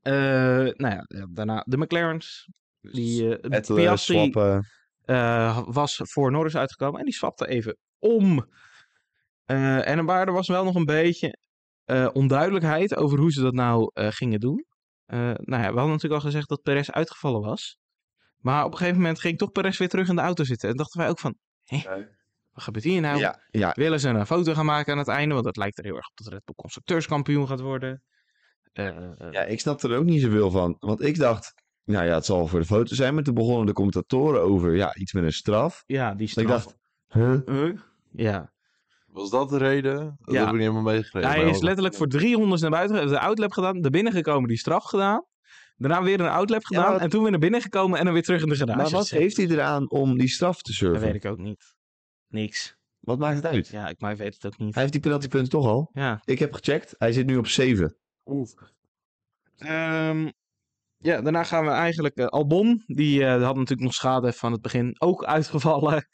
C: Eh, nou ja, ja, daarna de McLaren's. Die, eh
A: Dus Ettelen,
C: Piastri
A: swappen.
C: eh, was voor Norris uitgekomen en die swapte even om. Eh, en maar er was wel nog een beetje eh, onduidelijkheid over hoe ze dat nou eh, gingen doen. Eh, nou ja, we hadden natuurlijk al gezegd dat Perez uitgevallen was. Maar op een gegeven moment ging toch Perez weer terug in de auto zitten. En dachten wij ook van, hé, wat gebeurt hier nou?
A: ja, ja,
C: Willen ze een foto gaan maken aan het einde? Want het lijkt er heel erg op dat Red Bull constructeurskampioen gaat worden. Eh,
A: ja, ik snap er ook niet zoveel van. Want ik dacht, nou ja, het zal voor de foto zijn. Maar toen begonnen de commentatoren over ja, iets met een straf.
C: ja, die
A: Ik
C: straf.
A: dacht, huh?
C: Eh? Ja,
B: Was dat de reden? Dat
C: Ja.
B: heb ik niet helemaal meegekregen.
C: Hij
B: maar
C: is
B: wel-
C: letterlijk voor 300 naar buiten gegaan, de outlap gedaan, naar binnen gekomen, die straf gedaan. Daarna weer een outlap
A: Ja,
C: gedaan
A: maar-
C: en toen weer naar binnen gekomen en dan weer terug in de garage.
A: maar wat
C: gezet.
A: heeft hij eraan om die straf te
C: Dat weet
A: surfen?
C: ik ook niet. Niks.
A: Wat maakt het uit?
C: Ja, ik maar ik weet het ook niet.
A: Hij heeft die penaltypunten toch al.
C: Ja.
A: Ik heb gecheckt. Hij zit nu op 7.
C: Ehm, ja, daarna gaan we eigenlijk eh, Albon. Die eh, had natuurlijk nog schade van het begin ook [LAUGHS] uitgevallen.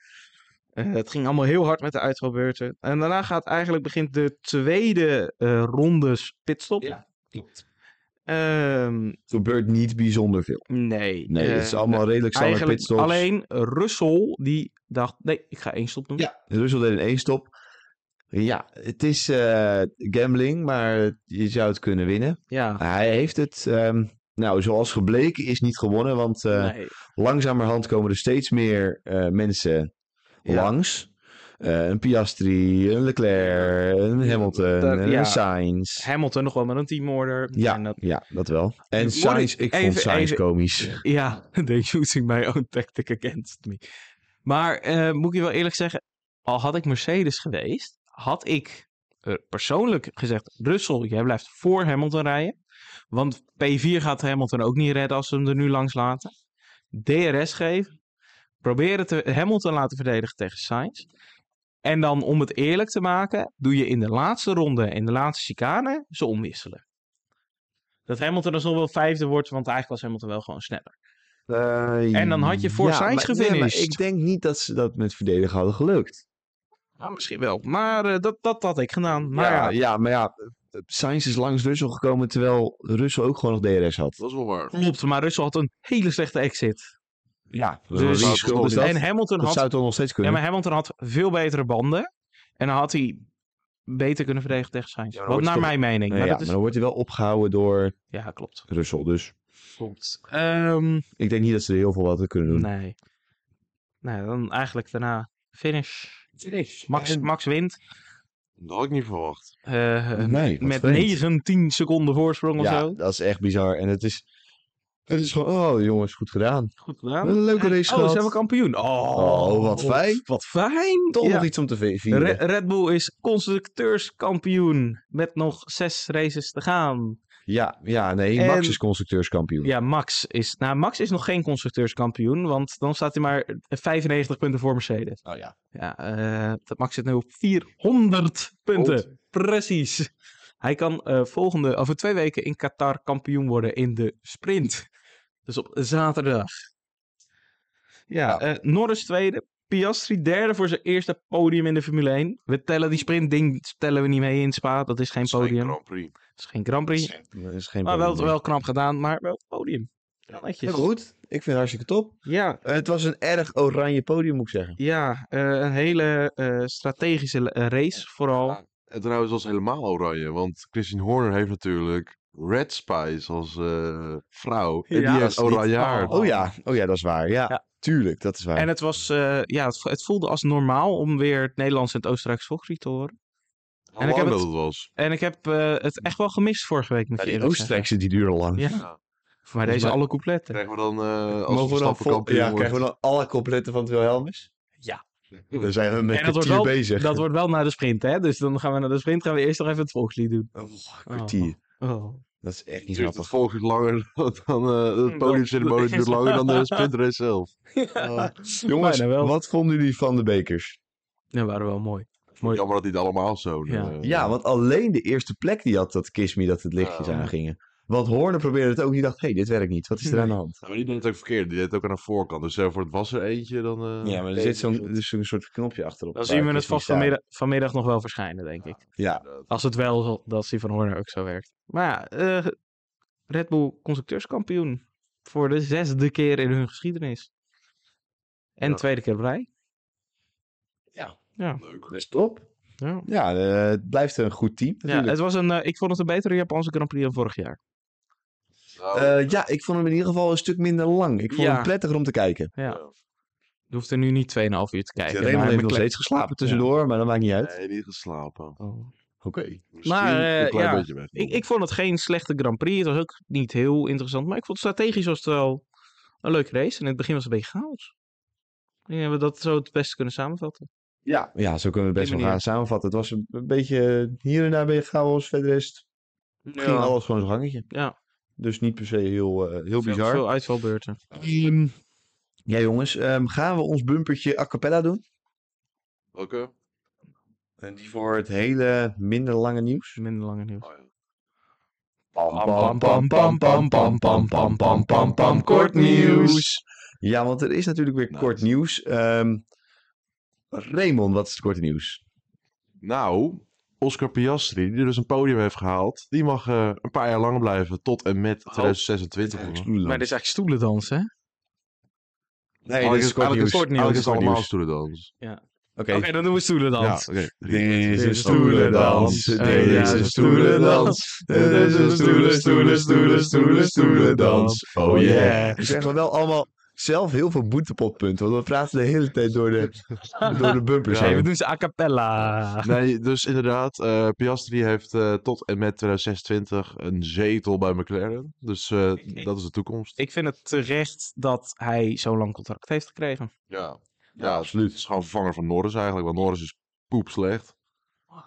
C: Eh, het ging allemaal heel hard met de uitvalbeurten. En daarna gaat eigenlijk begint de tweede eh ronde pitstop.
A: Ja, klopt.
C: Ehm,
A: Gebeurt niet bijzonder veel.
C: nee.
A: Nee, het
C: eh,
A: is allemaal redelijk standaard
C: Eigenlijk
A: pitstops.
C: alleen Russell die dacht, nee, ik ga één stop doen.
A: Ja, Russell deed een één stop. Ja, het is eh, gambling, maar je zou het kunnen winnen.
C: Ja,
A: Hij heeft het, ehm, nou, zoals gebleken, is niet gewonnen. Want eh,
C: nee.
A: langzamerhand komen er steeds meer eh, mensen
C: Ja.
A: langs. Eh, een Piastri, een Leclerc, een Hamilton,
C: dat-
A: en
C: ja.
A: een Sainz.
C: Hamilton nog wel met een teamorder.
A: Ja,
C: En dat,
A: ja, dat wel. En
C: Moet
A: Sainz,
C: ik
A: ik
C: even-
A: vond Sainz
C: even-
A: komisch.
C: [LAUGHS] ja, they're using my own tactic against me. Maar eh, moet ik je wel eerlijk zeggen, al had ik Mercedes geweest, had ik eh, persoonlijk gezegd, Russell, jij blijft voor Hamilton rijden. Want P4 gaat Hamilton ook niet redden als ze hem er nu langs laten. DRS geven. Proberen te, Hamilton laten verdedigen tegen Sainz. En dan, om het eerlijk te maken, doe je in de laatste ronde, in de laatste chicane, ze omwisselen. Dat Hamilton dan zo wel vijfde wordt, want eigenlijk was Hamilton wel gewoon sneller. En dan had je voor Sainz
A: maar-
C: gefinished.
A: maar ik denk niet dat ze dat met verdedigen hadden gelukt.
C: Nou, misschien wel. Maar eh, dat, dat had ik gedaan. Maar
A: ja,
C: ja,
A: ja, maar ja, eh, Sainz is langs Russell gekomen terwijl Russell ook gewoon nog DRS had.
B: Dat is wel waar.
C: klopt. Maar Russell had een hele slechte exit.
A: Ja,
C: Dus-
A: wie schuld is dat?
C: en Hamilton
A: Dat
C: had
A: zou toch nog steeds
C: Ja,
A: kunnen?
C: maar Hamilton had veel betere banden. En dan had hij beter kunnen verdedigen tegen Sainz.
A: Ja, maar dan
C: Wat
A: wordt
C: naar
A: het
C: mijn mening.
A: Nee,
C: Maar
A: ja,
C: dat is...
A: maar dan wordt hij wel opgehouden door
C: ja, klopt.
A: Russell. Dus
C: Klopt. Ehm,
A: ik denk niet dat ze er heel veel wat aan kunnen doen.
C: nee. Nou, dan eigenlijk daarna finish. Max,
A: En-
C: Max wint.
B: Dat had ik niet verwacht.
C: eh,
A: Nee, wat
C: met
A: vreemd.
C: 19 seconden voorsprong of
A: ja,
C: zo.
A: dat is echt bizar. En het is, het is gewoon, oh jongens, goed gedaan.
C: Goed
A: Wat
C: gedaan.
A: Een leuke race
C: Oh,
A: gehad.
C: zijn we kampioen. Oh,
A: Oh, wat fijn.
C: Wat fijn.
A: Toch
C: Ja.
A: nog iets om te vi- vieren.
C: Re- Red Bull is constructeurskampioen met nog zes races te gaan.
A: Ja, ja nee, Max
C: En-
A: is constructeurskampioen.
C: Ja, Max is, nou, Max is nog geen constructeurskampioen, want dan staat hij maar 95 punten voor Mercedes.
A: Oh ja.
C: Ja, eh, dat Max zit nu op 400 punten.
A: Hond.
C: Precies. Hij kan eh, volgende, over twee weken in Qatar kampioen worden in de sprint. Dus op zaterdag. Ja, eh, Norris tweede. Piastri derde voor zijn eerste podium in de Formule 1. We tellen die sprintding tellen we niet mee in Spa. Dat is geen
B: Het is geen
C: podium.
B: Grand Prix.
C: dat is geen Grand Prix.
A: Dat is geen
C: Maar wel,
A: probleem.
C: wel knap gedaan, maar wel het podium. Wel netjes.
A: Heel goed. Ik vind het hartstikke top.
C: Ja,
A: Eh, het was een erg oranje podium, moet ik zeggen.
C: ja eh, een hele eh, strategische eh, race vooral.
B: En trouwens was het helemaal oranje, want Christine Horner heeft natuurlijk Red Spice als eh, vrouw. En
C: Ja,
B: die
C: dat
B: heeft
C: is niet
B: oranje haar.
C: normaal.
A: Oh ja, oh ja dat is waar. Ja,
C: Ja.
A: tuurlijk, dat is waar.
C: En het, was, eh, ja, het, vo- het voelde als normaal om weer het Nederlands en het Oostenrijks volkslied te horen.
B: Hoe
C: En ik
B: lang
C: heb
B: dat
C: het-
B: het was.
C: En ik heb eh, het echt wel gemist vorige week. Met
A: Ja, die Oostenrijkse die duurde lang.
C: Ja.
B: Ja.
C: Voor mij deze
A: Maar-
C: alle coupletten.
B: Krijgen we dan eh
A: Mogen we
B: als
A: dan vol-
B: stappenkampioen
A: ja, krijgen we dan alle completten van Wilhelmus?
C: Ja.
A: Dan zijn we met
C: En
A: een
C: dat wordt
A: kwartier
C: wel-
A: bezig.
C: Dat wordt wel na de sprint, hè? Dus dan gaan we naar de sprint. Gaan we eerst nog even het volkslied doen.
A: Oh, een kwartier.
C: Oh.
A: Dat is echt niet
B: Duurt het
A: grappig.
B: volgens langer [LAUGHS] dan, dan eh het
C: Dan-
A: [LAUGHS]
B: podiumceremonie duurt langer dan de sprintrace zelf.
A: Oh. Jongens,
C: Bijna wel.
A: wat vonden jullie van de bekers?
C: Dat waren wel mooi. Mooi.
B: Jammer dat niet allemaal zo.
C: Ja.
B: eh,
A: Ja, Oh. want alleen de eerste plek die had dat Kiss Me dat het lichtjes
B: Ja.
A: aangingen. Want Horner probeerde het ook niet. dacht, hé, hey, dit werkt niet. Wat is er
C: Nee.
A: aan de hand?
B: Ja, Maar die deed het ook verkeerd. Die deed het ook aan de voorkant. Dus stel voor het was er eentje, dan... eh,
A: Ja, maar er
B: deed
A: zit
B: hij
A: zo'n
B: goed.
A: dus zo'n soort knopje achterop.
C: Dan
A: waar
C: zien we het
A: Kiss Me
C: vast
A: staat.
C: vanmiddag, vanmiddag nog wel verschijnen, denk ik.
A: Ja,
B: Inderdaad.
C: Als het wel zo- dat die van Horner ook zo werkt. Maar ja, eh, Red Bull constructeurskampioen. Voor de zesde keer in hun geschiedenis. En
B: Ja.
C: tweede keer op rij.
B: Leuk.
A: dat is top.
C: Ja.
A: Ja, eh, het blijft een goed team
C: Ja,
A: natuurlijk.
C: het was een, eh, ik vond het een betere Japanse Grand Prix dan vorig jaar.
B: Nou,
A: Eh, ja, ik vond hem in ieder geval een stuk minder lang. Ik vond
C: Ja.
A: hem prettiger om te kijken.
C: Ja. Je hoeft er nu niet 2,5 uur te kijken.
A: Raymond
C: maar
A: heeft
C: McLaren-
A: nog steeds geslapen tussendoor, maar dat maakt niet uit.
B: nee, niet geslapen.
C: Oh.
A: Oké.
B: Misschien
C: Maar, eh,
B: een klein
C: ja.
B: beetje weg.
C: Ik, ik vond het geen slechte Grand Prix. Het was ook niet heel interessant. Maar ik vond strategisch was het wel een leuke race. En in het begin was het een beetje chaos. Ik denk dat we dat zo het beste kunnen samenvatten.
A: Ja. ja, zo kunnen we best
C: Die
A: wel
C: manier.
A: gaan samenvatten. Het was een, een beetje hier en daar ben je chaos. Verder is het, ging alles gewoon zijn gangetje.
C: Ja.
A: Dus niet per se heel, eh, heel
C: Veel-
A: bizar.
C: Veel uitvalbeurten.
A: Ehm, ja jongens, ehm, gaan we ons bumpertje a cappella doen?
B: Welke?
A: En die voor het hele minder lange nieuws.
C: Minder lange nieuws.
B: Oh, ja.
A: Pam, pam, pam, pam, pam, pam, pam, pam, pam, pam, kort nieuws. Ja, want er is natuurlijk weer
B: Nice.
A: kort nieuws. Ehm, Raymond, wat is het korte nieuws?
B: Nou, Oscar Piastri, die dus een podium heeft gehaald, die mag eh, een paar jaar lang blijven tot en met
A: Oh.
B: 2026. jongen.
C: Maar dit is eigenlijk stoelendans, hè?
A: Nee, dit
B: Eigenlijk
A: is kort nieuws.
B: eigenlijk is-
C: Kort
B: Eigenlijk
C: nieuws.
B: is Oh, het allemaal stoelendans.
A: Oké.
C: Oké, dan doen we
B: Ja,
C: stoelendans.
B: oké.
A: Dit
C: is een stoelendans.
A: Dit
C: Eh, ja,
A: is een stoelendans. Dit is een stoelen, stoelen, stoelen, stoelen, stoelendans. Oh yeah. We zeggen wel allemaal zelf heel veel boetepotpunten, want we praten de hele tijd door de, door de bumpers
B: Ja.
C: Hey, we
A: heen.
C: doen ze a cappella.
B: Nee, dus inderdaad, eh, Piastri heeft eh, tot en met 2026 een zetel bij McLaren. Dus eh,
C: ik-
B: dat is de toekomst.
C: Ik vind het terecht dat hij zo'n lang contract heeft gekregen.
B: Ja, ja, absoluut. Het is gewoon vervanger van Norris eigenlijk, want Norris is poep slecht.
C: Ah.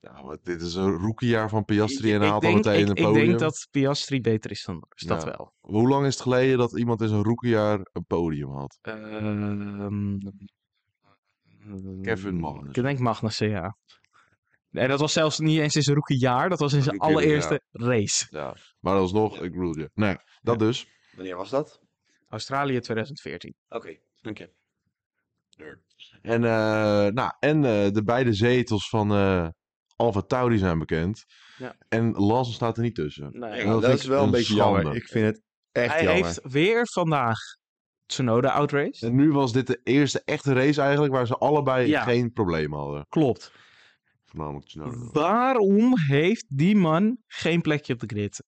B: Ja, maar dit is een rookiejaar van Piastri en hij haalt al meteen
C: ik,
B: een
C: ik
B: podium.
C: denk dat Piastri beter is dan Norris. Dat
B: Ja.
C: wel.
B: Hoe lang is het geleden dat iemand in zijn rookiejaar een podium had?
C: Ehm,
B: Kevin Magnussen.
C: Ik denk Magnussen, ja. En dat was zelfs niet eens in zijn rookiejaar. Dat was in zijn
B: Rookiejaar,
C: allereerste race.
B: Ja, maar alsnog, ik bedoel je. Nee, dat dus.
A: Wanneer was dat?
C: Australië 2014.
A: Oké, dank je.
B: En, eh, nou, en eh, de beide zetels van eh Alfa Tauri zijn bekend.
C: Ja.
B: En Lawson staat er niet tussen.
C: Nee.
B: dat
A: Dat
B: vind
A: is
B: ik
A: wel een
B: een
A: beetje
B: schande.
A: jammer. Ik vind het echt
C: Hij
A: jammer.
C: heeft weer vandaag Tsunoda outrace.
B: En nu was dit de eerste echte race eigenlijk waar ze allebei
C: Ja.
B: geen probleem hadden.
C: Klopt.
B: Voornamelijk Tsunoda.
C: Waarom heeft die man geen plekje op de grid?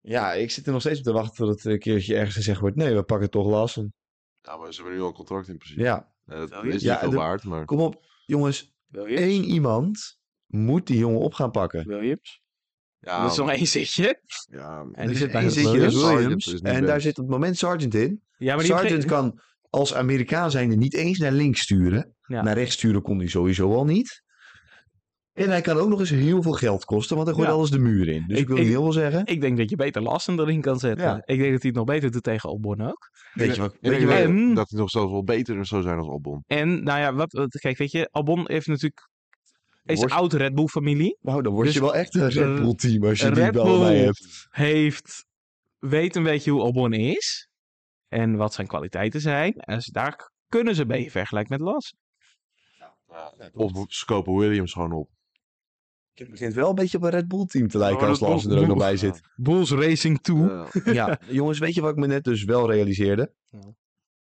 A: Ja, ik zit er nog steeds op te wachten tot het een keertje ergens gezegd wordt. Nee, we pakken toch Lassen.
B: Ja, maar ze hebben nu al een contract in principe.
A: Ja,
B: Eh, dat
C: Wel,
B: is niet
A: ja,
B: veel
A: de-
B: waard, maar...
A: kom op. Jongens, één iemand moet die jongen op gaan pakken.
C: Williams.
B: Ja,
C: dat is nog één zitje.
B: ja,
C: Oh. En
A: Er
C: die
A: is
C: zit bij
A: één
C: de
A: zitje, dat is
C: Williams.
B: Sargent
A: Williams.
B: is niet
A: En daar
B: best.
A: zit op het moment Sargent in.
C: Ja, maar die heeft
A: Sargent
C: geen-
A: kan als Amerikaan zijnde niet eens naar links sturen.
C: Ja.
A: Naar rechts sturen kon hij sowieso al niet. En hij kan ook nog eens heel veel geld kosten, want hij gooit
C: Ja.
A: alles de muur in. Dus ik,
C: Ik-
A: wil
C: ik-
A: niet heel veel zeggen.
C: Ik denk dat je beter Lassen erin kan zetten.
A: Ja.
C: Ik denk dat hij het nog beter doet tegen Albon ook.
A: weet je wat?
B: Ik
A: Weet je
B: denk
A: wat?
C: wel-
B: dat- dat hij nog zelfs wel beter zou zijn als Albon.
C: En nou ja, wat, wat- kijk, weet je, Albon heeft natuurlijk... Is
B: Worst-
C: oud Red Bull familie.
A: Nou, dan word
C: Dus-
A: je wel echt een Red Bull team als je
C: Een
A: die
C: Red
A: bal bij
C: Bull.
A: hebt.
C: Heeft, weet een beetje hoe Albon is. En wat zijn kwaliteiten zijn. En dus daar kunnen ze een beetje vergelijken met Lassen.
B: Of ze kopen Williams gewoon op.
A: Het begint wel een beetje op een Red Bull team te lijken
B: Oh,
A: als
B: dat
A: Lars
B: Bull-
A: er ook nog
B: Bull-
A: bij zit.
C: Bulls Racing 2.
B: Ja.
A: Ja, [LAUGHS] jongens, weet je wat ik me net dus wel realiseerde?
C: Ja.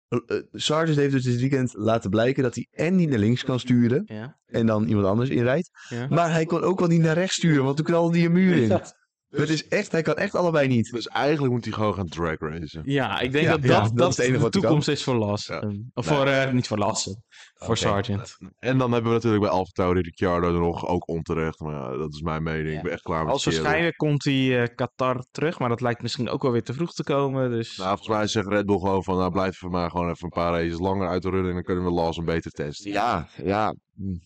A: Eh, eh, Sargent heeft dus dit weekend laten blijken dat hij en niet naar links kan sturen
C: Ja.
A: en dan iemand anders inrijdt.
C: Ja.
A: Maar hij kon ook wel niet naar rechts sturen, want toen knalde hij een muur in.
B: Ja.
A: Het is echt, hij kan echt allebei niet.
B: Dus eigenlijk moet hij gewoon gaan drag racen.
C: Ja, ik denk
A: Ja,
C: dat,
A: ja,
C: dat,
A: dat
C: dat
A: is het enige
C: de
A: wat hij
C: toekomst is voor Lassen.
B: Ja.
C: Of
B: Nee.
C: voor, eh, niet voor Lassen. Voor
A: Oké.
C: Sargent.
B: En dan hebben we natuurlijk bij AlphaTauri Ricciardo nog ook onterecht. Maar ja, dat is mijn mening.
C: Ja.
B: Ik ben echt klaar met
C: Als we
B: Ricciardo.
C: schijnen komt hij eh, Qatar terug, maar dat lijkt misschien ook wel weer te vroeg te komen. Dus
B: Nou, volgens mij zegt Red Bull gewoon van, nou blijf voor mij gewoon even een paar races langer uit de run en dan kunnen we Lawson beter testen.
A: Ja, ja. hm. Het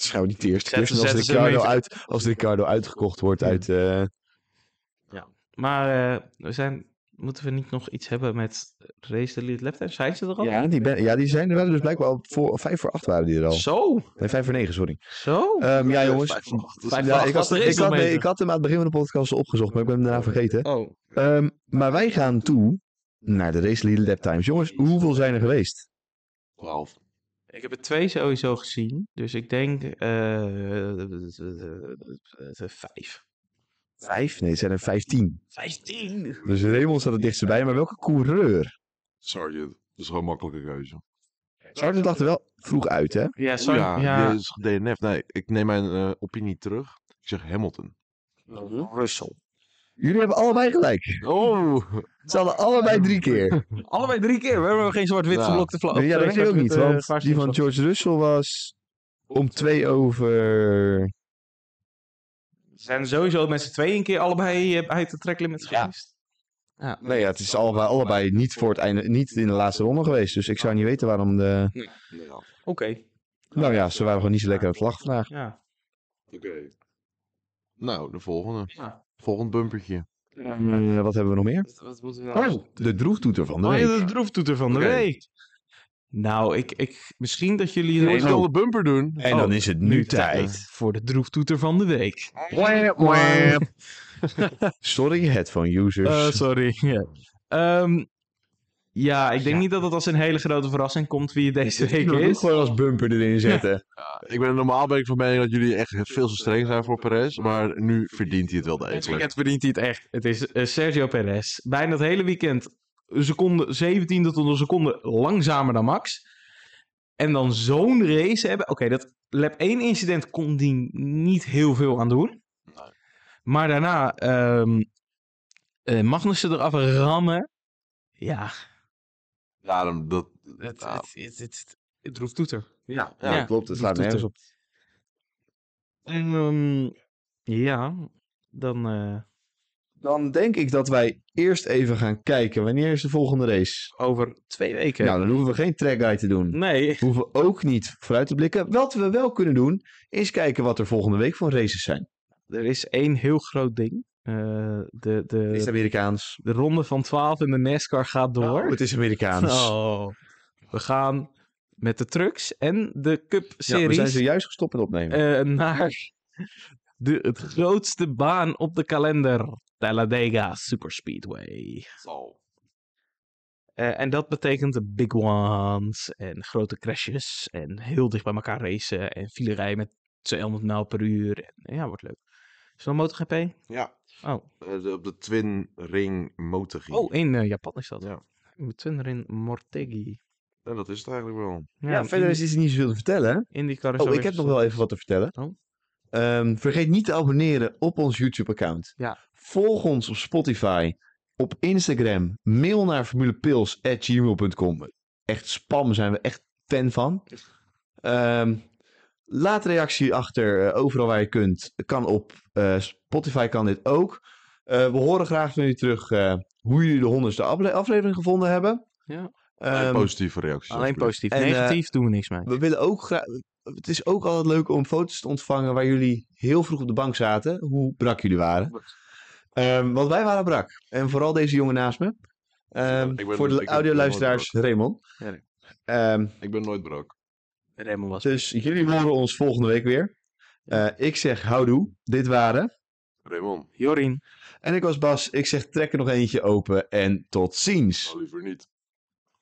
A: zou niet de eerste keer
C: Zetten-
A: zijn als
C: zetten ze hem
A: Ricardo,
C: even-
A: uit, als Ricardo uitgekocht wordt uit... eh,
C: Maar eh, we zijn, moeten we niet nog iets hebben met Race the Lead Left? Zijn ze er al?
A: ja, die ben, ja, die zijn er waren dus blijkbaar al voor, vijf voor acht waren die er al.
C: Zo,
A: Nee, vijf voor negen, sorry.
C: zo.
A: Ehm, ja, jongens.
B: Vijf van acht.
C: Vijf-
A: Ja,
C: wacht,
A: ik,
C: was
A: had,
C: er
A: ik,
C: eerst nog
A: had, nee,
C: mee.
A: ik had hem aan het begin van de podcast al opgezocht, maar ik ben hem daarna vergeten.
C: oh,
A: Ehm, maar wij gaan toe naar de Race Leader Lap Times. Jongens, hoeveel zijn er geweest?
B: Twaalf.
C: ik heb er twee sowieso gezien. Dus ik denk eh, eh, vijf.
A: Vijf? Nee, het zijn er vijftien.
C: Vijftien?
A: Dus Raymond staat het dichtst bij, maar welke coureur?
B: Sergeant. Dat is gewoon een makkelijke keuze.
A: Sargent lag er wel vroeg uit, hè?
C: Ja, sorry.
B: Ja,
C: Ja,
B: die
A: dus-
B: is DNF. Nee, ik neem mijn eh, opinie terug. Ik zeg Hamilton.
A: Oh,
C: Russell.
A: Jullie hebben allebei gelijk.
B: Oh!
A: Ze hadden allebei drie keer.
C: Allebei drie keer. We hebben geen zwart-wit
B: Ja.
C: geblokte vlag.
A: Nee, ja, dat weet ik ook niet,
C: eh,
A: want die van
C: George.
A: George Russell was om twee over...
C: zijn sowieso met z'n tweeën een keer allebei eh, uit de treklimit
A: Ja.
C: geweest.
A: Nee, ja, het is allebei, allebei niet, voor het einde, niet in de laatste ronde geweest, dus ik zou niet weten waarom de...
B: [LAUGHS] Ja,
C: Oké.
A: Nou ja, ze waren gewoon niet zo lekker aan het lachen vandaag.
C: Ja.
B: oké. Nou, de volgende.
C: Ja.
B: Volgend bumpertje.
A: Eh, wat hebben we nog meer?
C: Wat, wat moeten we
A: Oh, de droeftoeter van de
C: Oh ja,
A: week.
C: de droeftoeter van de
B: Oké.
C: week. Nou, ik, ik, misschien dat jullie...
B: Je
C: Jongens,
B: moet wel de bumper doen.
A: En dan is het Oh, eh, nu tijd.
C: voor de droeftoeter van de week.
A: [LAUGHS] Sorry, headphone
C: Eh,
A: users.
C: sorry. [LAUGHS] Ja. Ehm, ja, ik denk niet dat het als een hele grote verrassing komt wie het deze week
A: Ik
C: [LAUGHS] is.
A: gewoon als bumper erin [LAUGHS] zetten.
B: Ik ben normaal ben ik van mening dat jullie echt veel te streng zijn voor Perez. Maar nu verdient hij het wel
C: Dit
B: degelijk.
C: weekend verdient hij het echt. Het is eh, Sergio Perez. Bijna het hele weekend een seconde, 17 tot een seconde langzamer dan Max. En dan zo'n race hebben. Oké, dat lap 1 incident kon hij niet heel veel aan doen. Maar daarna ehm eh, Magnussen eraf rammen. Ja,
B: Daarom dat...
C: het,
B: nou,
C: het, het, het, het roept toeter. Ja,
B: ja,
A: klopt, het slaat nergens op.
C: En, ehm, ja, dan... eh,
A: Dan denk ik dat wij eerst even gaan kijken. Wanneer is de volgende race?
C: over twee weken.
A: Nou, dan hoeven we geen track guide te doen.
C: nee,
A: We hoeven ook niet vooruit te blikken. Wat we wel kunnen doen, is kijken wat er volgende week voor races zijn.
C: Er is één heel groot ding. Eh, de,
A: Is het
C: de,
A: Amerikaans?
C: de ronde van 12 in de NASCAR gaat door.
A: Oh, het is Amerikaans.
C: Oh. We gaan met de trucks en
A: Ja,
C: de
A: we zijn
C: Cup-series
A: zojuist gestopt met opnemen.
C: eh, naar de, het grootste baan op de kalender. Talladega Superspeedway. Eh, en dat betekent de big ones en grote crashes en heel dicht bij elkaar racen en file rijden met 200 mijl per uur. En, ja, wordt leuk. Is dat MotoGP?
B: Ja,
C: Oh.
B: eh, de- op de Twin Ring motor ging.
C: Oh, in eh, Japan is dat.
B: Ja.
C: Mijn Twitter in Mortegi.
B: En dat is het eigenlijk wel.
A: ja, verder is er niet zoveel te vertellen. hè?
C: IndyCar is
A: Oh, ik
C: alweer
A: heb nog
C: gestopt.
A: wel even wat te vertellen.
C: Oh.
A: Ehm, vergeet niet te abonneren op ons YouTube-account.
C: Ja.
A: Volg ons op Spotify, op Instagram. Mail naar formulepils.gmail.com. Echt spam zijn we echt fan van. Ehm, laat reactie achter eh, overal waar je kunt. Kan op eh, Spotify kan dit ook. Eh, we horen graag van jullie terug eh, hoe jullie de honderdste afle- aflevering gevonden hebben.
C: Ja.
A: Ehm,
B: positieve reacties.
C: Alleen positief.
A: En, eh,
C: Negatief doen we niks mee.
A: we willen ook graag. het is ook altijd leuk om foto's te ontvangen waar jullie heel vroeg op de bank zaten. Hoe brak jullie waren. Ehm, want wij waren brak. En vooral deze jongen naast me. Ehm,
B: Ik ben-
A: voor
B: ik
A: de
B: ben-
A: audioluisteraars, Raymond.
C: Ja, nee.
A: Ehm,
B: Ik ben nooit brak.
C: Raymond was...
A: dus jullie horen ons volgende week weer. Eh, ik zeg houdoe. Dit waren.
B: Raymond,
C: Jorin.
A: En ik was Bas. Ik zeg trek er nog eentje open. En tot ziens.
B: liever niet.